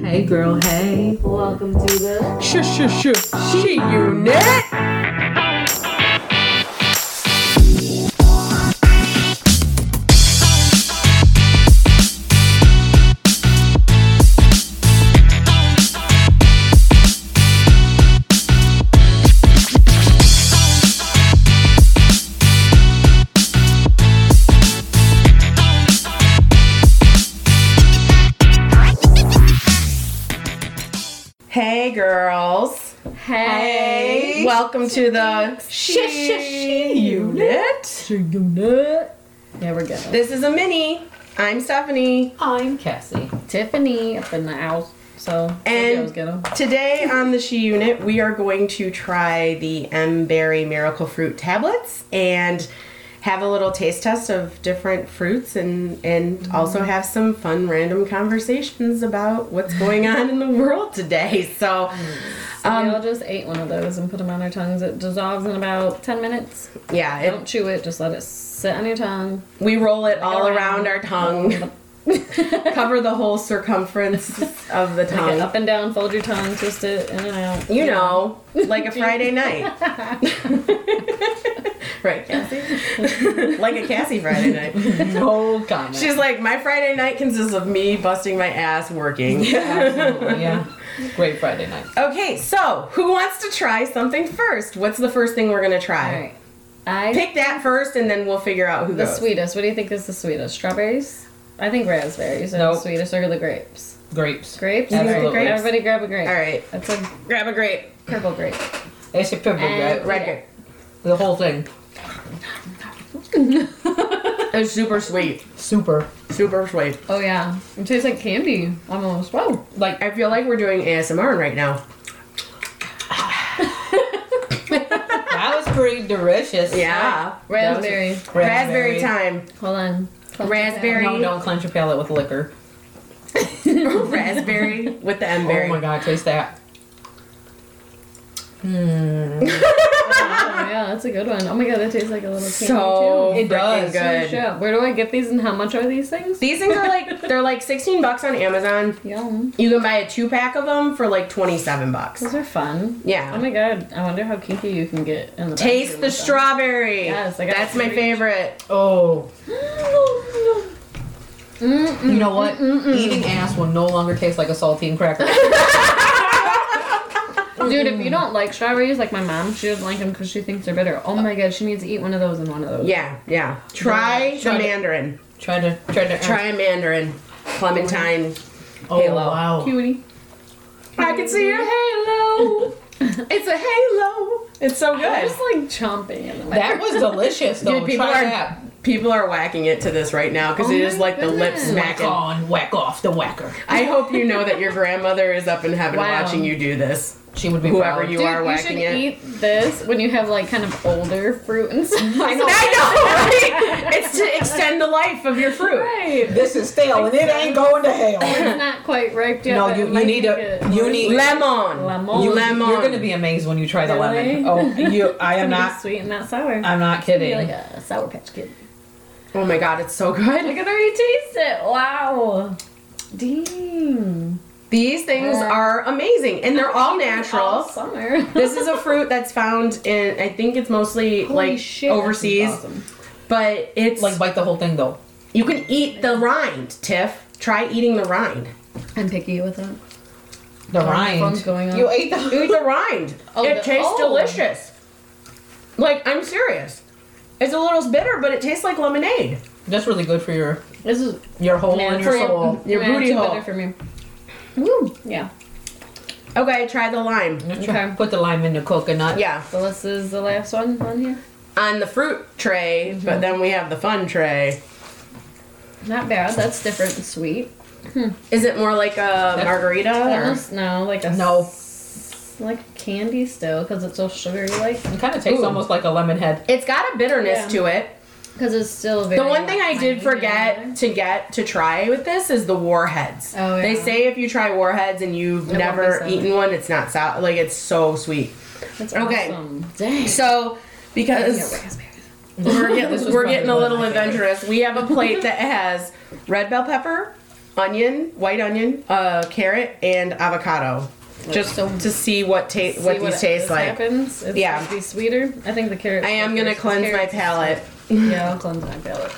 Hey girl, hey. Welcome to the Shh, shh, shh. She unit. Hey girls. Hey. Welcome to the Shh She Unit. She unit. There we go. This is a mini. I'm Stephanie. I'm Cassie. Tiffany up in the house. So And- I was gonna. Today on the She Unit, we are going to try the M Berry Miracle Fruit tablets and have a little taste test of different fruits and and also have some fun random conversations about what's going on in the world today. So we um, all just ate one of those and put them on our tongues. It dissolves in about ten minutes. yeah, it, Don't chew it. Just let it sit on your tongue. we roll it all around our tongue. Cover the whole circumference of the Take it tongue. up and down. Fold your tongue. Twist it in and out. you know, like a Friday night. right, Cassie? like a Cassie Friday night. No comment. She's like, my Friday night consists of me busting my ass working. yeah. Great Friday night. Okay, so who wants to try something first? What's the first thing we're gonna All try? right. I Pick that first, and then we'll figure out who the goes. sweetest. What do you think is the sweetest? Strawberries. I think raspberries are the Nope. sweetest, or the grapes. Grapes. Grapes. You think the Alright, grapes? Everybody grab a grape. All right, That's a grab a grape. purple grape. It's a purple And- grape. Red Yeah. The whole thing. grape. It's super sweet. Super. Super sweet. Oh yeah, it tastes like candy almost. Whoa. Like I feel like we're doing ASMR right now. that was pretty delicious. Yeah. Raspberry. Raspberry time. Hold on. Raspberry. No, don't clench your palate with liquor. Raspberry with the M berry. Oh my god, taste that. Hmm. Oh yeah, that's a good one. Oh my god, that tastes like a little candy so too. It does. freaking Holy good. shit. Where do I get these and how much are these things? These things are like they're like 16 bucks on Amazon. Yum. You can buy a two pack of them for like 27 bucks. Those are fun. Yeah. Oh my god, I wonder how kinky you can get in the Taste the straw. strawberry. Yes, I got That's my three. favorite. Oh. mm Mm, You know what? Eating ass will no longer taste like a saltine cracker. Dude, if you don't like strawberries, like my mom, she doesn't like them because she thinks they're bitter. Oh my god, she needs to eat one of those and one of those. Yeah, yeah. Try the Try it. mandarin. try to try to Try a mandarin. Clementine. Oh Halo. wow. Cutie. I can see your halo. it's a halo. It's so I'm good. just like chomping in the That was delicious though. Dude, people try are that. people are whacking it to this right now because Oh it is my like the lip goodness. Oh smacking. Whack on, whack off the whacker. I hope you know that your grandmother is up in heaven Wow. watching you do this. She would be Whoever proud. you are should whacking it. eat this when you have like kind of older fruit and stuff. I I know, right? It's to extend the life of your fruit. right. This is stale and it ain't going to hell. It's not quite ripe yet. No, but you- it you might need be a- good. you need- Lemon. Lemon. You, You- lemon. You're gonna be amazed when you try the Really? lemon. Oh, you! I It's am gonna be not. sweet and not sour. I'm not kidding. Be like a sour patch kid. Oh my god, it's so I good. can already taste it. Wow. Dang. These things are amazing and they're all All natural. summer. This is a fruit that's found in I think it's mostly Holy like shit, this is overseas, awesome. but it's like bite the whole thing though. you can eat the rind, Tiff. Try eating the rind. I'm picky with it. The the rind. phone's going on. You ate the. Eat the rind. Oh, it the- tastes oh. delicious. Like I'm serious. It's a little bitter, but it tastes like lemonade. That's really good for your This is your hole Yeah, and your for your- soul. Your man, booty too hole. bitter for me. Woo. Yeah. Okay, try the lime. Just Okay. try, put the lime in the coconut. Yeah, So this is the last one on here. on the fruit tray, Mm-hmm. but then we have the fun tray. Not bad. That's different and sweet. Is it more like a margarita? Or? Almost no, like a No. s- like candy still because it's so sugary like It kind of tastes Ooh. almost like a lemon head. It's got a bitterness Yeah. to it. because it's still very. The one thing I tiny did forget and- to get to try with this is the warheads. Oh, yeah. They say if you try warheads and you've won't never be sour. eaten one, it's not sour. Like it's so sweet. That's Okay. awesome. Dang. So because Yeah, raspberry. we're, get, This was we're getting a probably one little of my adventurous. We have a plate that has red bell pepper, onion, white onion, uh, carrot, and avocado, just so- to see what ta- See what these taste this like. Happens. It's Yeah. yeah. Be sweeter. I think the carrots. I am go gonna first. cleanse my Carrots- palate. Yeah, I'll cleanse my palate.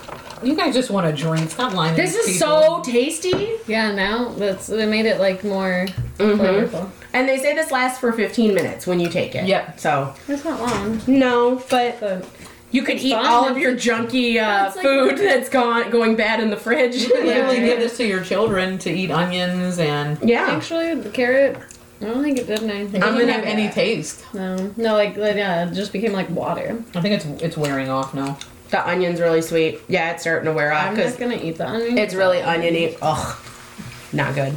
You guys just want a drink. Stop lying. to This these is people. Oh, so tasty. Yeah, now that's they made it like more Mm-hmm. flavorful. And they say this lasts for 15 minutes when you take it. Yep. So It's not long, no, but but you could eat fine. all of your junky uh, it's like- food that's gone going bad in the fridge. Literally Yeah. give this to your children to eat onions and it yeah. actually the carrot. I don't think it did anything. doesn't gonna- have any taste. No, no, like like, yeah, it just became like water. I think it's it's wearing off now. The onion's really sweet. Yeah, it's starting to wear off I'm not because gonna eat the onion. Uh, it's really oniony. Ugh, not good.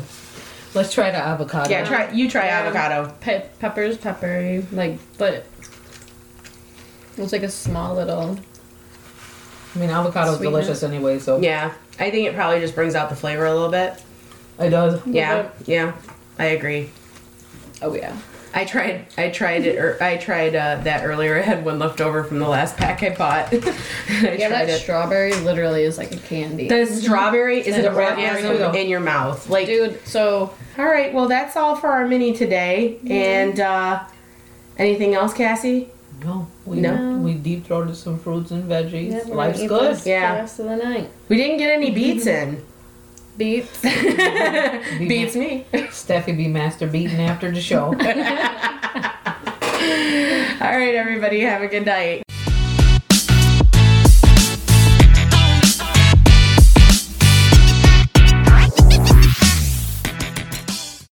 Let's try the avocado. Yeah, try you try Yeah. avocado. Pe- peppers, peppery, like, but it's like a small little. I mean, avocado's Sweetness. delicious anyway, so Yeah, I think it probably just brings out the flavor a little bit. it does. Yeah, yeah, I agree. Oh yeah. I tried. I tried it. Or I tried uh, that earlier. I had one left over from the last pack I bought. I Yeah, tried that it. strawberry literally is like a candy. The strawberry is And an the raspberry, orgasm though. in your mouth. Like, Dude, so all right, well, that's all for our mini today. And uh, anything else, Cassie? No, we No. we deep throated some fruits and veggies. yeah, we're gonna Life's eat good. this Yeah. The rest of the night. We didn't get any beats in. Beets. Beats me. Steffi be master beaten after the show. All right, everybody, have a good night.